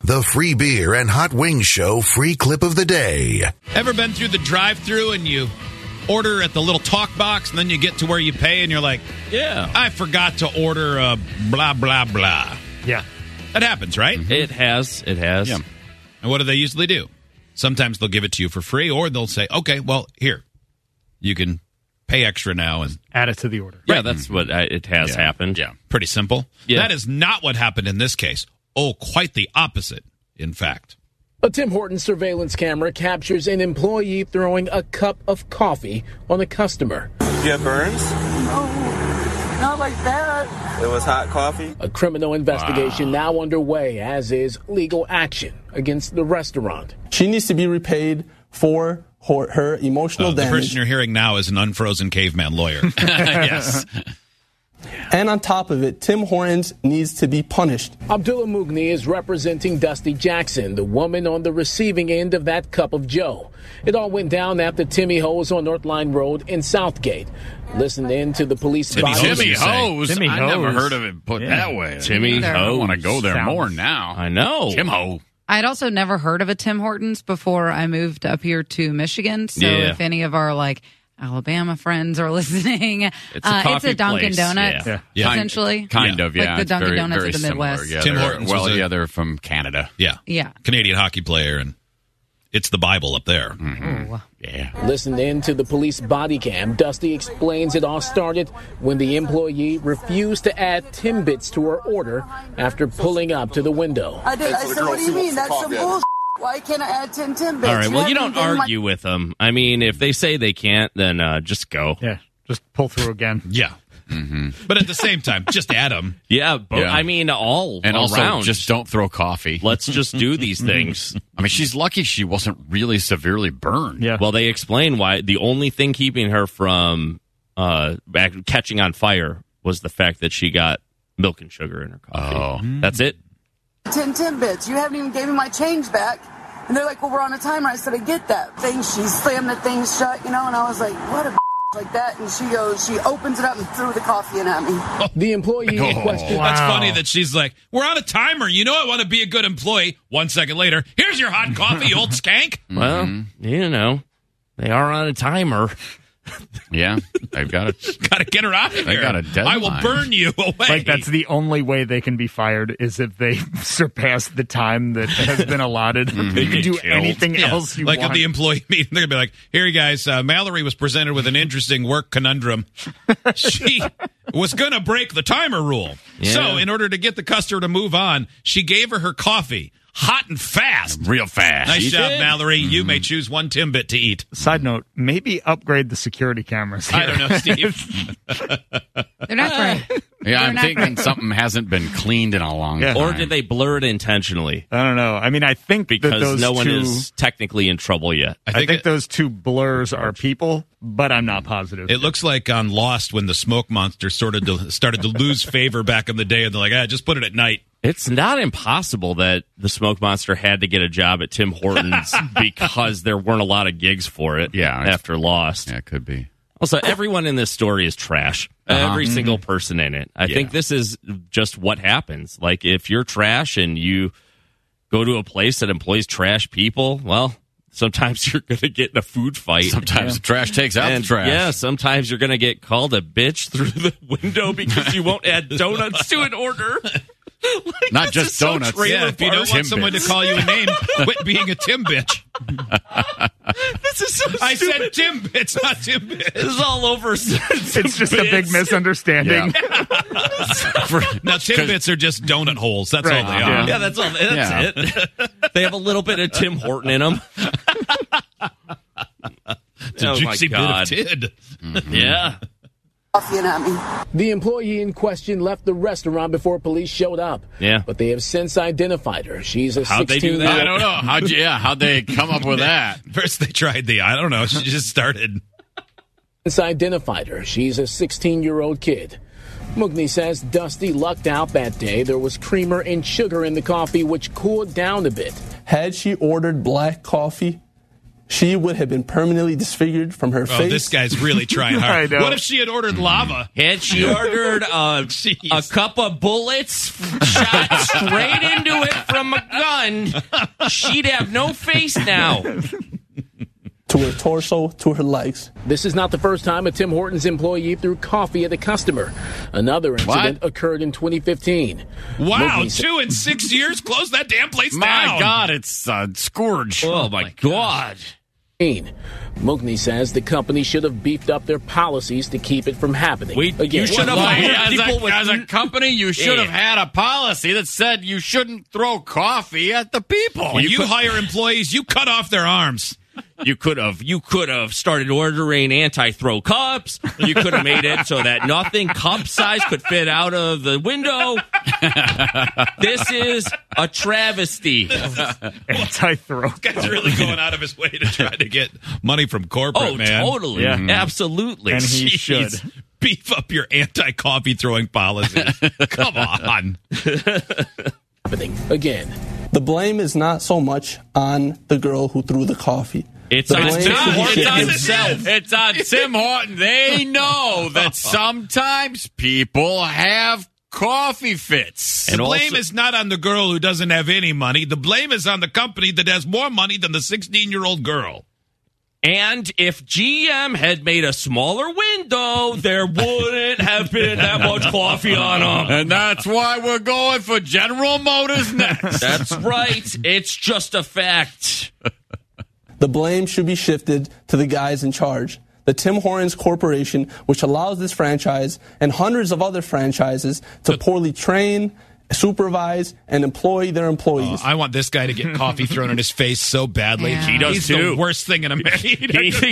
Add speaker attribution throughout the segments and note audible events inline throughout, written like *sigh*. Speaker 1: The free beer and hot wings show free clip of the day.
Speaker 2: Ever been through the drive through and you order at the little talk box and then you get to where you pay and you're like,
Speaker 3: Yeah.
Speaker 2: I forgot to order a blah, blah, blah.
Speaker 3: Yeah. Mm-hmm.
Speaker 2: That happens, right?
Speaker 3: It has. It has.
Speaker 2: Yeah. And what do they usually do? Sometimes they'll give it to you for free or they'll say, okay, well, here, you can pay extra now. And
Speaker 4: add it to the order.
Speaker 3: Yeah, that's what I, it has happened.
Speaker 2: yeah, pretty simple.
Speaker 3: Yeah.
Speaker 2: That is not what happened in this case. Oh, quite the opposite, in fact.
Speaker 5: A Tim Hortons surveillance camera captures an employee throwing a cup of coffee on a customer.
Speaker 6: You have burns?
Speaker 7: Not like that.
Speaker 6: It was hot coffee?
Speaker 5: A criminal investigation now underway, as is legal action against the restaurant.
Speaker 8: She needs to be repaid for her, her emotional
Speaker 2: Uh, the
Speaker 8: damage.
Speaker 2: person you're hearing now is an unfrozen caveman lawyer.
Speaker 3: *laughs*
Speaker 2: yes.
Speaker 8: and on top of it, Tim Hortons needs to be punished.
Speaker 5: Abdullah Mugni is representing Dusty Jackson, the woman on the receiving end of that cup of Joe. It all went down after Timmy Ho's on North Line Road in Southgate. Listen in to the police.
Speaker 2: Timmy
Speaker 5: spotter-
Speaker 2: Ho's,
Speaker 9: Timmy
Speaker 2: you say.
Speaker 9: Hose.
Speaker 4: Timmy
Speaker 9: I never
Speaker 4: Hose.
Speaker 9: heard of it put
Speaker 4: Yeah.
Speaker 9: that way.
Speaker 3: Timmy
Speaker 9: I
Speaker 3: Hose.
Speaker 9: want to go there
Speaker 4: Sounds-
Speaker 9: more now.
Speaker 3: I know.
Speaker 9: Tim Ho.
Speaker 7: I'd also never heard of a Tim Hortons before I moved up here to Michigan. So
Speaker 3: Yeah.
Speaker 7: if any of our like Alabama friends are *laughs* listening,
Speaker 3: It's a coffee
Speaker 7: Uh, it's a Dunkin'
Speaker 3: place,
Speaker 7: Donuts
Speaker 3: yeah.
Speaker 2: Yeah.
Speaker 7: essentially.
Speaker 9: Kind of,
Speaker 7: Like
Speaker 9: yeah.
Speaker 7: the
Speaker 9: It's
Speaker 7: Dunkin'
Speaker 9: very,
Speaker 7: Donuts
Speaker 9: very
Speaker 7: of the
Speaker 9: similar.
Speaker 7: Midwest.
Speaker 9: Yeah,
Speaker 2: Tim
Speaker 9: they're-
Speaker 2: Hortons
Speaker 9: Well,
Speaker 2: was a-
Speaker 9: yeah, they're from Canada.
Speaker 2: Yeah.
Speaker 7: Yeah.
Speaker 2: Canadian hockey player and it's the Bible up there.
Speaker 9: Mm-hmm.
Speaker 7: Ooh.
Speaker 9: Yeah.
Speaker 5: Listen in to the police body cam. Dusty explains it all started when the employee refused to add Timbits to her order after pulling up to the window. *laughs*
Speaker 7: I did.
Speaker 6: I said, what do you mean? That's some bullshit.
Speaker 7: Why can't I add Tim Timbits?
Speaker 3: All right. Well, you don't argue with them. I mean, if they say they can't, then uh, just go.
Speaker 4: Yeah, just pull through again.
Speaker 2: Yeah.
Speaker 9: Mm-hmm.
Speaker 2: But at the same time, just Adam.
Speaker 3: Yeah. But
Speaker 9: Yeah.
Speaker 3: I mean, all
Speaker 9: *laughs* And also,
Speaker 3: around.
Speaker 9: just don't throw coffee.
Speaker 3: let's just
Speaker 9: *laughs*
Speaker 3: do these things.
Speaker 9: I mean, she's lucky she wasn't really severely burned.
Speaker 4: Yeah.
Speaker 3: Well, they explain why the only thing keeping her from uh, act- catching on fire was the fact that she got milk and sugar in her coffee.
Speaker 9: Oh.
Speaker 3: That's it.
Speaker 7: Tim Timbits. You haven't even gave me my change back. And they're like, well, we're on a timer. I said, I get that thing. She slammed the thing shut, you know, and I was like, what a like that. And she goes, she opens it up and threw the coffee in at me.
Speaker 5: The employee
Speaker 3: Oh.
Speaker 5: in question.
Speaker 2: That's
Speaker 4: Wow.
Speaker 2: funny that she's like, we're on a timer. You know, I want to be a good employee. One second later, here's your hot coffee, you old skank.
Speaker 9: Mm-hmm.
Speaker 3: Well, you know, they are on a timer.
Speaker 9: Yeah. They've got it.
Speaker 2: Got to get her out of here.
Speaker 9: got a
Speaker 2: I will
Speaker 9: deadline.
Speaker 2: burn you away.
Speaker 4: Like that's the only way they can be fired is if they *laughs* surpass the time that has been allotted. You can
Speaker 9: Get
Speaker 4: do
Speaker 9: killed.
Speaker 4: anything
Speaker 2: Yeah.
Speaker 4: else you
Speaker 2: like
Speaker 4: want.
Speaker 2: at the employee *laughs* meeting, they're gonna be like, "Here, you guys, uh, Mallory was presented with an interesting work
Speaker 4: *laughs*
Speaker 2: conundrum. she was gonna break the timer rule, so
Speaker 3: Yeah.
Speaker 2: in order to get the customer to move on, she gave her her coffee hot and fast.
Speaker 9: Real fast.
Speaker 2: Nice job,
Speaker 3: did.
Speaker 2: Mallory. You
Speaker 4: Mm-hmm.
Speaker 2: may choose one Timbit to eat.
Speaker 4: Side note: maybe upgrade the security cameras. Here.
Speaker 2: I don't know,
Speaker 9: *laughs*
Speaker 2: Steve.
Speaker 7: They're not right.
Speaker 9: Yeah, I'm
Speaker 7: not
Speaker 9: thinking something hasn't been cleaned in a long
Speaker 4: Yeah.
Speaker 9: time.
Speaker 3: Or did they blur it intentionally?
Speaker 4: I don't know. I mean, I think that
Speaker 3: Because
Speaker 4: those
Speaker 3: no one
Speaker 4: two.
Speaker 3: is technically in trouble yet.
Speaker 4: I think, those two blurs are people, but I'm not positive.
Speaker 2: It looks like on Lost when the smoke monster sort of del- started to lose *laughs* favor back in the day, and they're like, "Ah, just put it at night."
Speaker 3: It's not impossible that the Smoke Monster had to get a job at
Speaker 9: *laughs*
Speaker 3: Tim Hortons because there weren't a lot of gigs for it
Speaker 9: Yeah, it's-
Speaker 3: after Lost.
Speaker 9: Yeah, Uh-huh. it could be.
Speaker 3: Also, everyone in this story is trash.
Speaker 9: Mm-hmm.
Speaker 3: Every single person in it. I think this is just what happens. Like, if you're trash and you go to a place that employs trash people, well, sometimes *laughs* you're going to get in a food fight.
Speaker 9: Sometimes the trash takes out
Speaker 3: And,
Speaker 9: the trash.
Speaker 3: Yeah,
Speaker 9: *laughs*
Speaker 3: sometimes you're going to get called a bitch through the window because you won't add donuts to an order.
Speaker 9: Not just donuts.
Speaker 2: yeah, if you don't want someone
Speaker 3: *laughs*
Speaker 2: to call you a name, *laughs* quit being a Tim bitch.
Speaker 3: this is so
Speaker 2: I said Tim bitch, not Tim bitch.
Speaker 3: This is all over.
Speaker 4: It's just a big misunderstanding. *laughs*
Speaker 2: Now Timbits are just donut holes. That's all they are.
Speaker 3: Yeah, that's all. That's it. they have a little bit of Tim Horton in them.
Speaker 2: It's
Speaker 3: oh
Speaker 2: a juicy bit of tid.
Speaker 3: Yeah.
Speaker 5: The employee in question left the restaurant before police showed up.
Speaker 3: Yeah.
Speaker 5: But they have since identified her. She's a
Speaker 3: How'd they
Speaker 5: 16
Speaker 3: do that?
Speaker 9: I don't know. How'd you, yeah, how'd they come up with that?
Speaker 2: First they tried the I don't know. She just started.
Speaker 5: Since identified her. She's a 16 year old kid. Mugni says Dusty lucked out that day. There was creamer and sugar in the coffee, which cooled down a bit.
Speaker 8: Had she ordered black coffee, she would have been permanently disfigured from her
Speaker 2: Oh,
Speaker 8: face.
Speaker 2: this guy's really
Speaker 4: *laughs*
Speaker 2: trying hard.
Speaker 4: I know.
Speaker 2: What if she had ordered lava?
Speaker 3: And she ordered a, a cup of bullets shot straight into it from a gun. She'd have no
Speaker 9: *laughs*
Speaker 3: face now.
Speaker 8: to her torso, to her legs.
Speaker 5: This is not the first time a Tim Hortons employee threw coffee at a customer. Another incident occurred in 2015.
Speaker 2: Wow,
Speaker 5: Mugni sa-
Speaker 2: two in six years. Close that damn place
Speaker 9: My
Speaker 2: down.
Speaker 9: God, it's uh, Scourge.
Speaker 3: Oh my God.
Speaker 5: Mugni says the company should have beefed up their policies to keep it from happening.
Speaker 3: We- you should have
Speaker 9: Well,
Speaker 3: hired
Speaker 9: as,
Speaker 3: people
Speaker 9: a,
Speaker 3: with-
Speaker 9: as a company, you should
Speaker 3: Yeah.
Speaker 9: have had a policy that said you shouldn't throw coffee at the people.
Speaker 2: When you, hire employees, you cut off their arms.
Speaker 3: You could have you could have started ordering anti-throw cups. You could have made it so that nothing cup size could fit out of the window. this is a travesty.
Speaker 4: Anti-throw.
Speaker 2: Guy's really going out of his way to try to get money from corporate,
Speaker 3: Oh,
Speaker 2: man.
Speaker 3: totally.
Speaker 4: Yeah.
Speaker 3: Absolutely.
Speaker 4: And he
Speaker 3: Jeez.
Speaker 4: should.
Speaker 2: Beef up your anti-coffee throwing
Speaker 10: *laughs*
Speaker 2: policy. Come on.
Speaker 5: happening again.
Speaker 8: The blame is not so much on the girl who threw the coffee.
Speaker 3: It's
Speaker 8: the
Speaker 3: on
Speaker 8: blame
Speaker 3: Tim
Speaker 8: is the
Speaker 3: Hortons
Speaker 8: victim.
Speaker 3: himself.
Speaker 9: It's on Tim Horton. They know that sometimes people have coffee fits.
Speaker 3: And
Speaker 2: the blame
Speaker 3: also-
Speaker 2: is not on the girl who doesn't have any money. The blame is on the company that has more money than the 16 year old girl.
Speaker 3: And if GM had made a smaller window, there wouldn't have been that much coffee on them.
Speaker 9: And that's why we're going for General
Speaker 2: *laughs*
Speaker 9: Motors next.
Speaker 3: That's right. It's just a fact.
Speaker 8: The blame should be shifted to the guys in charge. The Tim Hortons Corporation, which allows this franchise and hundreds of other franchises to poorly train, supervise, and employ their employees.
Speaker 2: Oh, I want this guy to get coffee thrown in his face so badly.
Speaker 10: Yeah. He does
Speaker 2: He's
Speaker 3: too.
Speaker 2: the worst thing in America.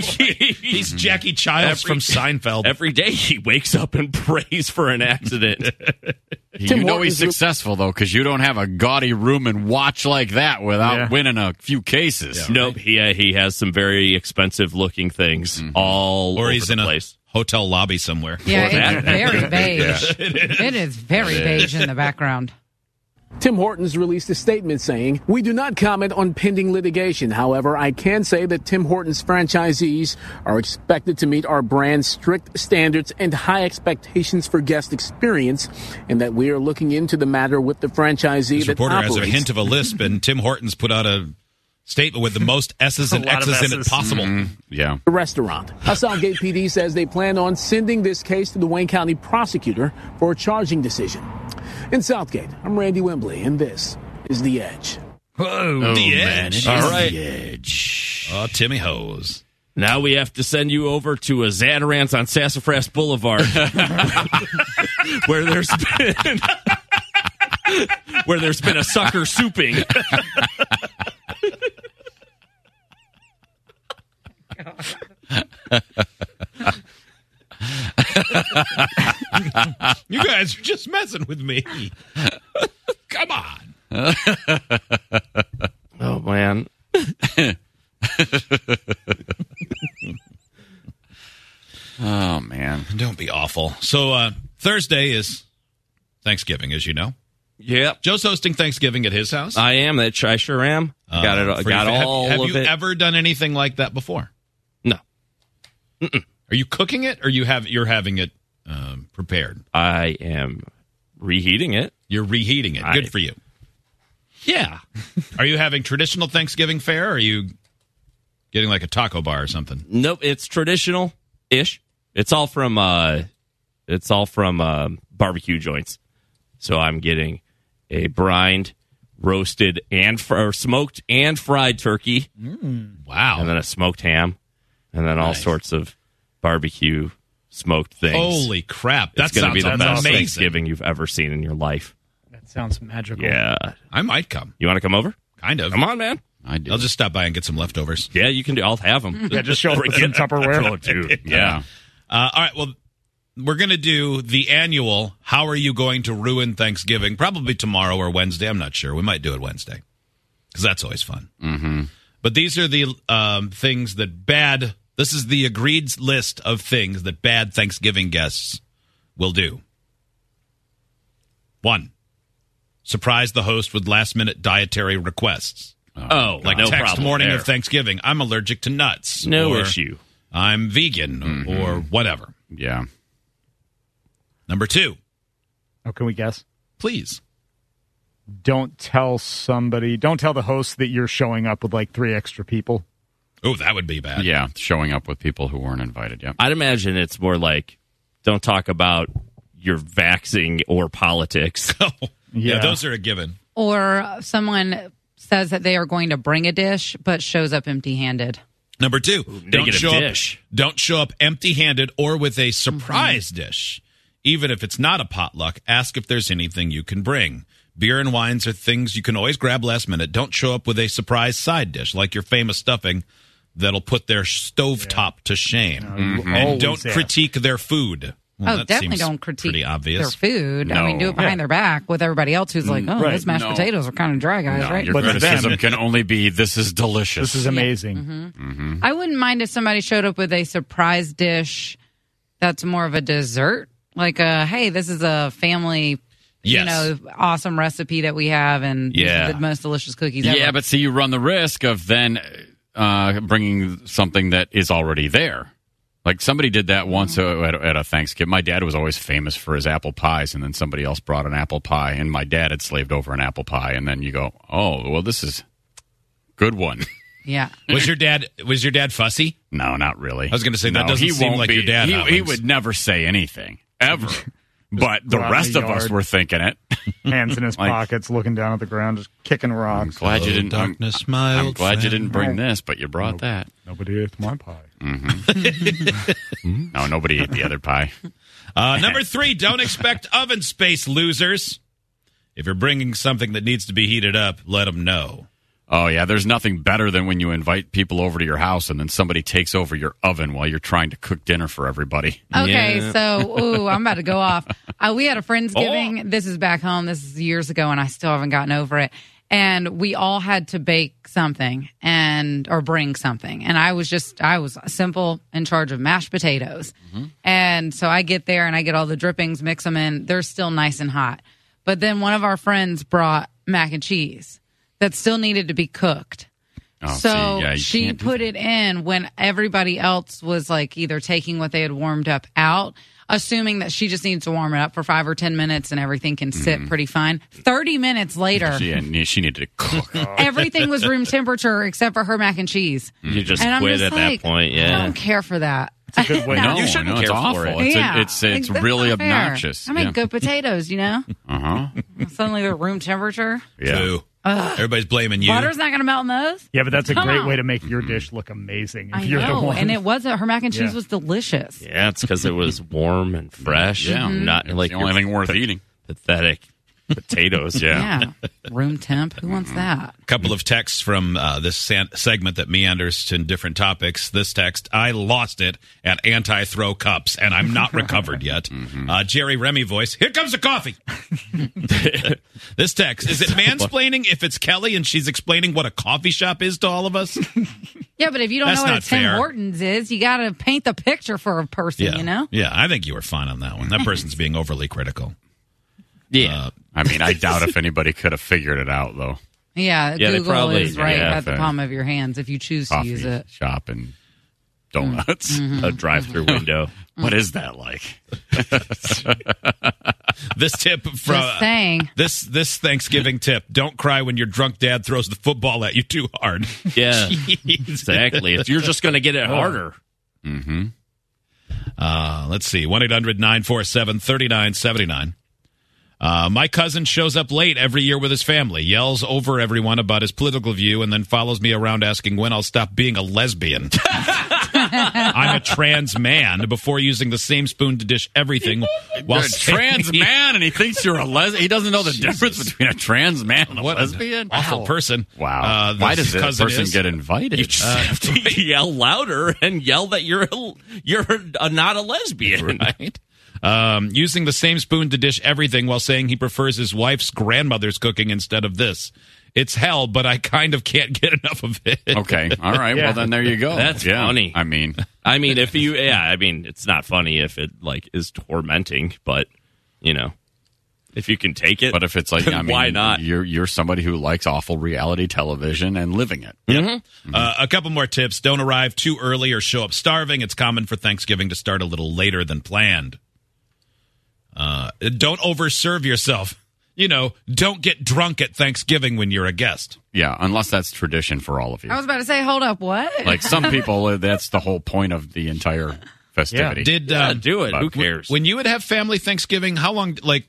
Speaker 2: He's Jackie Childs
Speaker 3: Every-
Speaker 2: from Seinfeld.
Speaker 3: Every day he wakes up and *laughs* prays for an accident.
Speaker 9: you know
Speaker 5: Horton's
Speaker 9: he's
Speaker 5: group-
Speaker 9: successful though, because you don't have a gaudy room and watch like that without
Speaker 4: Yeah.
Speaker 9: winning a few cases.
Speaker 3: nope. He, uh, he has some very expensive looking things
Speaker 9: Mm-hmm.
Speaker 3: all
Speaker 2: or
Speaker 3: over
Speaker 2: he's
Speaker 3: the
Speaker 2: in a
Speaker 3: place.
Speaker 2: hotel lobby somewhere.
Speaker 10: *laughs* Yeah,
Speaker 3: that.
Speaker 10: it's
Speaker 2: *laughs*
Speaker 10: very beige. It is very beige in the background.
Speaker 5: Tim Hortons released a statement saying, We do not comment on pending litigation. However, I can say that Tim Hortons franchisees are expected to meet our brand's strict standards and high expectations for guest experience, and that we are looking into the matter with the franchisee
Speaker 2: This
Speaker 5: that
Speaker 2: reporter has
Speaker 5: operates.
Speaker 2: a hint of a lisp, and Tim Hortons put out a statement with the most S's and
Speaker 4: lot of
Speaker 2: X's in it
Speaker 4: S's.
Speaker 2: possible.
Speaker 3: Mm-hmm.
Speaker 9: Yeah.
Speaker 5: the restaurant. Hasselgate PD says they plan on sending this case to the Wayne County prosecutor for a charging decision. In Southgate, I'm Randy Wembley, and this is The Edge.
Speaker 2: Whoa,
Speaker 4: Oh.
Speaker 2: the edge.
Speaker 9: All right.
Speaker 2: Oh, Timmy Hose.
Speaker 3: Now we have to send you over to a Zatarans on
Speaker 2: *laughs*
Speaker 3: Sassafras Boulevard, where there's been where there's been a sucker souping.
Speaker 2: You guys are just messing with me. Come on.
Speaker 3: Oh man,
Speaker 9: Oh man.
Speaker 2: Don't be awful. So uh, Thursday is Thanksgiving, as you know.
Speaker 3: yep,
Speaker 2: Joe's hosting Thanksgiving at his house.
Speaker 3: I am that. I sure am. got it.
Speaker 2: Uh,
Speaker 3: all
Speaker 2: for
Speaker 3: Got
Speaker 2: you- have-
Speaker 3: all
Speaker 2: have,
Speaker 3: of
Speaker 2: you
Speaker 3: it.
Speaker 2: ever done anything like that before?
Speaker 3: no,
Speaker 2: Are you cooking it, or you have you're having it um, prepared?
Speaker 3: I am reheating it.
Speaker 2: You're reheating it. Good
Speaker 3: I-
Speaker 2: for you.
Speaker 3: Yeah,
Speaker 2: *laughs* Are you having traditional Thanksgiving fare? Or are you getting like a taco bar or something?
Speaker 3: nope. It's traditional ish. It's all from uh, it's all from uh, barbecue joints. So I'm getting a brined, roasted, and fr- or smoked and fried turkey.
Speaker 2: Wow.
Speaker 3: And then a smoked ham, and then all sorts of barbecue smoked things.
Speaker 2: Holy crap. That
Speaker 3: That's going to be the
Speaker 2: sounds
Speaker 3: best
Speaker 2: amazing.
Speaker 3: Thanksgiving you've ever seen in your life.
Speaker 4: That sounds magical.
Speaker 3: Yeah.
Speaker 2: I might come.
Speaker 3: You want to come over?
Speaker 2: Kind of.
Speaker 3: Come on, man.
Speaker 9: I do.
Speaker 2: I'll just stop by and get some leftovers.
Speaker 3: Yeah, you can do. I'll have them.
Speaker 4: *laughs* Yeah, just show up with some Tupperware.
Speaker 3: Oh, dude. Yeah.
Speaker 2: Uh, all right. Well, we're going to do the annual How Are You Going to Ruin Thanksgiving? Probably tomorrow or Wednesday. I'm not sure. We might do it Wednesday because that's always fun.
Speaker 9: Mm-hmm.
Speaker 2: But these are the um, things that bad, this is the agreed list of things that bad Thanksgiving guests will do. One, surprise the host with last minute dietary requests.
Speaker 3: Oh,
Speaker 2: like
Speaker 3: no
Speaker 2: text
Speaker 3: problem
Speaker 2: morning
Speaker 3: there.
Speaker 2: of Thanksgiving. I'm allergic to nuts.
Speaker 3: No
Speaker 2: or
Speaker 3: issue. Mm-hmm.
Speaker 2: I'm vegan or whatever.
Speaker 9: Yeah.
Speaker 2: Number two,
Speaker 4: Oh, can we guess?
Speaker 2: please.
Speaker 4: Don't tell somebody. Don't tell the host that you're showing up with like three extra people.
Speaker 2: Oh, that would be bad.
Speaker 9: Yeah. Showing up with people who weren't invited. Yep.
Speaker 3: I'd imagine it's more like don't talk about your vaxing or politics.
Speaker 2: *laughs* yeah.
Speaker 4: Yeah.
Speaker 2: those are a given.
Speaker 10: Or someone says that they are going to bring a dish, but shows up empty handed.
Speaker 2: Number two, don't
Speaker 3: negative
Speaker 2: show
Speaker 3: dish.
Speaker 2: up. Don't show up empty-handed or with a surprise
Speaker 9: Mm-hmm.
Speaker 2: dish, even if it's not a potluck. Ask if there's anything you can bring. Beer and wines are things you can always grab last minute. Don't show up with a surprise side dish like your famous stuffing that'll put their stovetop to shame. And
Speaker 9: Mm-hmm.
Speaker 4: always
Speaker 2: don't
Speaker 4: ask.
Speaker 2: critique their food. Well,
Speaker 10: oh,
Speaker 2: that
Speaker 10: definitely
Speaker 2: seems
Speaker 10: don't critique
Speaker 2: Pretty
Speaker 10: their
Speaker 2: obvious.
Speaker 10: food. I mean,
Speaker 9: No.
Speaker 10: do it behind
Speaker 4: Yeah.
Speaker 10: their back with everybody else who's like, oh,
Speaker 4: Right.
Speaker 10: those mashed
Speaker 9: No.
Speaker 10: potatoes are kind of dry, guys,
Speaker 9: No,
Speaker 10: right?
Speaker 9: your
Speaker 4: But then-
Speaker 9: criticism can only be this is delicious.
Speaker 4: This is amazing.
Speaker 10: Mm-hmm. I wouldn't mind if somebody showed up with a surprise dish that's more of a dessert. Like, uh, hey, this is a family,
Speaker 2: Yes.
Speaker 10: you know, awesome recipe that we have, and these are
Speaker 9: Yeah.
Speaker 10: the most delicious cookies ever.
Speaker 9: Yeah, but see, you run the risk of then uh, bringing something that is already there. Like somebody did that once uh, at, at a Thanksgiving. My dad was always famous for his apple pies, and then somebody else brought an apple pie, and my dad had slaved over an apple pie, and then you go, "Oh, well, this is good one."
Speaker 10: yeah,
Speaker 2: Was your dad was your dad fussy?
Speaker 9: no, not really. I
Speaker 2: was gonna say, that doesn't
Speaker 9: he
Speaker 2: seem
Speaker 9: won't
Speaker 2: like
Speaker 9: be-
Speaker 2: your dad,
Speaker 9: He, he
Speaker 2: Alex.
Speaker 9: would never say anything *laughs* ever, but the
Speaker 4: go out in
Speaker 9: rest
Speaker 4: the
Speaker 9: of us
Speaker 4: yard.
Speaker 9: were thinking it.
Speaker 4: *laughs* Hands in his
Speaker 9: Like-
Speaker 4: pockets, looking down at the ground, just kicking rocks.
Speaker 9: Glad you
Speaker 2: Oh,
Speaker 9: didn't. I'm-
Speaker 2: darkness, my
Speaker 9: I'm
Speaker 2: old
Speaker 9: glad you
Speaker 2: friend.
Speaker 9: didn't bring this, but you brought that.
Speaker 4: Nobody ate my pie.
Speaker 9: No, nobody ate the other pie.
Speaker 2: Uh, number three, don't expect oven space, losers. If you're bringing something that needs to be heated up, let them know.
Speaker 9: Oh yeah, there's nothing better than when you invite people over to your house and then somebody takes over your oven while you're trying to cook dinner for everybody.
Speaker 10: Okay, so ooh, I'm about to go off. Uh, we had a friendsgiving.
Speaker 9: Oh.
Speaker 10: This is back home. This is years ago, and I still haven't gotten over it. And we all had to bake something and or bring something. And I was just I was simple in charge of mashed potatoes.
Speaker 9: Mm-hmm.
Speaker 10: And so I get there and I get all the drippings, mix them in. They're still nice and hot. But then one of our friends brought mac and cheese that still needed to be cooked
Speaker 9: Oh,
Speaker 10: so
Speaker 9: see, yeah, you
Speaker 10: she
Speaker 9: can't do
Speaker 10: put it in when everybody else was like either taking what they had warmed up out, assuming that she just needs to warm it up for five or 10 minutes and everything can sit
Speaker 3: Mm-hmm.
Speaker 10: pretty fine. 30 minutes
Speaker 3: *laughs*
Speaker 10: later,
Speaker 9: She, and she needed to
Speaker 10: *laughs*
Speaker 9: cook.
Speaker 10: everything was room temperature except for her mac and cheese.
Speaker 3: You just
Speaker 10: And I'm
Speaker 3: quit
Speaker 10: just
Speaker 3: at
Speaker 10: like,
Speaker 3: that point.
Speaker 10: I
Speaker 3: Yeah.
Speaker 10: don't care for that.
Speaker 4: It's a good
Speaker 10: *laughs*
Speaker 4: way.
Speaker 9: no,
Speaker 3: You
Speaker 9: no,
Speaker 3: shouldn't
Speaker 9: it's
Speaker 3: care
Speaker 9: awful.
Speaker 3: for it.
Speaker 9: It's,
Speaker 10: yeah.
Speaker 9: it's it's
Speaker 10: Like, that's
Speaker 9: really
Speaker 10: not fair.
Speaker 9: obnoxious.
Speaker 10: I make
Speaker 9: yeah.
Speaker 10: good potatoes, you know?
Speaker 9: Uh-huh.
Speaker 10: *laughs* Suddenly they're room temperature.
Speaker 9: Yeah.
Speaker 2: Boo. Everybody's blaming you.
Speaker 10: Butter's not going to melt in those.
Speaker 4: Yeah, but that's a
Speaker 10: Come
Speaker 4: great
Speaker 10: on.
Speaker 4: way to make your dish look amazing. If
Speaker 10: I
Speaker 4: you're the
Speaker 10: know.
Speaker 4: one.
Speaker 10: And it wasn't. Her mac and cheese
Speaker 4: Yeah.
Speaker 10: was delicious.
Speaker 3: Yeah, it's because it was warm and fresh.
Speaker 9: Yeah.
Speaker 3: and not
Speaker 9: It's
Speaker 3: like
Speaker 9: the only
Speaker 3: your
Speaker 9: thing worth *laughs* eating.
Speaker 3: pathetic potatoes. Yeah.
Speaker 10: Yeah. room temp. Who wants that?
Speaker 2: couple of texts from uh, this san- segment that meanders to different topics. This text, I lost it at anti throw cups, and I'm
Speaker 10: *laughs*
Speaker 2: not recovered yet.
Speaker 3: Mm-hmm.
Speaker 2: Uh, Jerry Remy voice, here comes the
Speaker 3: *laughs*
Speaker 2: coffee. this text, is it mansplaining if it's Kelly and she's explaining what a coffee shop is to all of us?
Speaker 10: Yeah, but if you don't
Speaker 2: That's
Speaker 10: know what a
Speaker 2: not
Speaker 10: Tim
Speaker 2: fair.
Speaker 10: Hortons is, you got to paint the picture for a person, you know?
Speaker 2: Yeah, I think you were fine on that one. That person's being overly critical. Uh,
Speaker 3: Yeah.
Speaker 9: I mean, I doubt if anybody could have figured it out though.
Speaker 10: Yeah,
Speaker 3: Yeah, they
Speaker 10: Google
Speaker 3: probably-
Speaker 10: is right
Speaker 3: yeah,
Speaker 10: at the
Speaker 9: fair.
Speaker 10: palm of your hands if you choose *laughs* to use
Speaker 9: Coffee
Speaker 10: it. Mm-hmm.
Speaker 9: shop and donuts. Mm-hmm.
Speaker 3: A drive through window.
Speaker 9: *laughs* What is that like?
Speaker 2: This tip from uh,
Speaker 10: Just saying.
Speaker 2: *laughs* This this Thanksgiving tip: Don't cry when your drunk dad throws the football at you too hard.
Speaker 3: *laughs*
Speaker 2: Oh.
Speaker 3: Yeah. exactly. If you're just going to get it harder.
Speaker 9: Mm-hmm.
Speaker 2: Uh, let's see: one 800 947 3979 Uh, my cousin shows up late every year with his family, yells over everyone about his political view, and then follows me around asking when I'll stop being a lesbian. I'm a trans man before using the same spoon to dish everything while
Speaker 9: You're a trans man, and he thinks you're a lesbian. He doesn't know the difference between a trans man and a
Speaker 2: What an
Speaker 9: lesbian. Uh,
Speaker 2: awful
Speaker 9: Wow.
Speaker 2: person. Uh,
Speaker 9: Wow.
Speaker 2: this
Speaker 9: Why does that
Speaker 2: cousin
Speaker 9: person
Speaker 2: is-
Speaker 9: get invited? Uh,
Speaker 3: You just have to yell louder and yell that you're a, you're a, not a lesbian.
Speaker 2: Right. Um, using the same spoon to dish everything while saying he prefers his wife's grandmother's cooking instead of this. It's hell, but I kind of can't *laughs* get enough of it. Uh,
Speaker 3: *laughs*
Speaker 9: Okay. All right. Well, then there you go.
Speaker 3: That's
Speaker 9: Yeah.
Speaker 3: funny.
Speaker 9: I mean,
Speaker 3: *laughs* I mean, if you, yeah, I mean, it's not funny if it like is tormenting, but you know, if you can take it.
Speaker 9: But if it's like, I mean,
Speaker 3: why not?
Speaker 9: You're you're somebody who likes awful reality television and living it.
Speaker 2: Uh,
Speaker 9: mm-hmm.
Speaker 2: a couple more tips. Don't arrive too early or show up starving. It's common for Thanksgiving to start a little later than planned. Uh, don't overserve yourself. You know, don't get drunk at Thanksgiving when you're a guest.
Speaker 9: Yeah, unless that's tradition for all of you.
Speaker 10: I was about to say, hold up, what?
Speaker 9: Like
Speaker 10: *laughs*
Speaker 9: some people, uh, that's the whole point of the entire festivity.
Speaker 2: Did
Speaker 3: Yeah,
Speaker 2: um,
Speaker 3: do it.
Speaker 9: But-
Speaker 3: Who cares?
Speaker 2: when you would have family Thanksgiving, how long? Like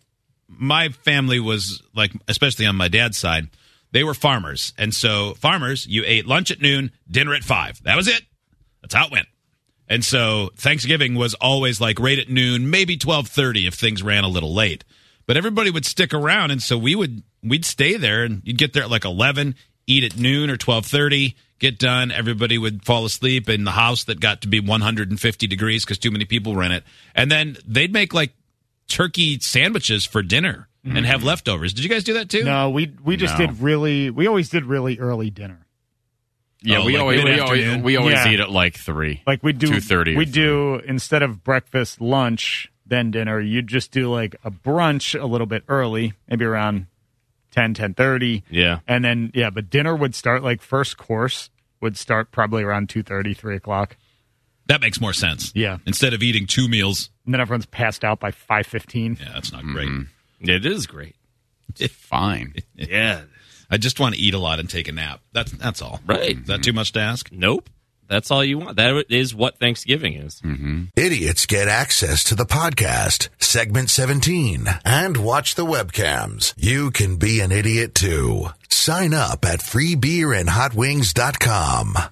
Speaker 2: my family was like, especially on my dad's side, they were farmers, and so farmers, you ate lunch at noon, dinner at five. That was it. That's how it went. And so Thanksgiving was always like right at noon, maybe twelve thirty if things ran a little late. But everybody would stick around, and so we would we'd stay there, and you'd get there at like eleven, eat at noon or twelve thirty, get done. Everybody would fall asleep in the house that got to be one hundred and fifty degrees because too many people were in it, and then they'd make like turkey sandwiches for dinner and have leftovers. Did you guys do that too?
Speaker 4: Mm-hmm. No, we we just
Speaker 9: No.
Speaker 4: did really. We always did really early dinner.
Speaker 9: yeah,
Speaker 2: Oh,
Speaker 9: we,
Speaker 2: like
Speaker 9: always, we always
Speaker 2: mid-afternoon?
Speaker 9: we always
Speaker 4: Yeah.
Speaker 9: eat at like three.
Speaker 4: Like we do
Speaker 9: 2:30 or
Speaker 4: We
Speaker 9: three.
Speaker 4: do instead of breakfast, lunch, then dinner. You just do like a brunch a little bit early, maybe around 10, 10.30.
Speaker 3: Yeah.
Speaker 4: and then yeah, but dinner would start like first course would start probably around 2.30, 3 o'clock.
Speaker 2: That makes more sense.
Speaker 4: Yeah.
Speaker 2: Instead of eating two meals,
Speaker 4: And then everyone's passed out by five fifteen.
Speaker 2: yeah, that's not great.
Speaker 3: it is great.
Speaker 9: Fine.
Speaker 3: Yeah.
Speaker 2: I just want to eat a lot and take a nap. That's that's all.
Speaker 3: Right. Mm-hmm.
Speaker 2: Is that too much to ask?
Speaker 3: Nope. That's all you want. That is what Thanksgiving is.
Speaker 1: Idiots get access to the podcast, segment 17, and watch the webcams. You can be an idiot too. Sign up at freebeerandhotwings.com.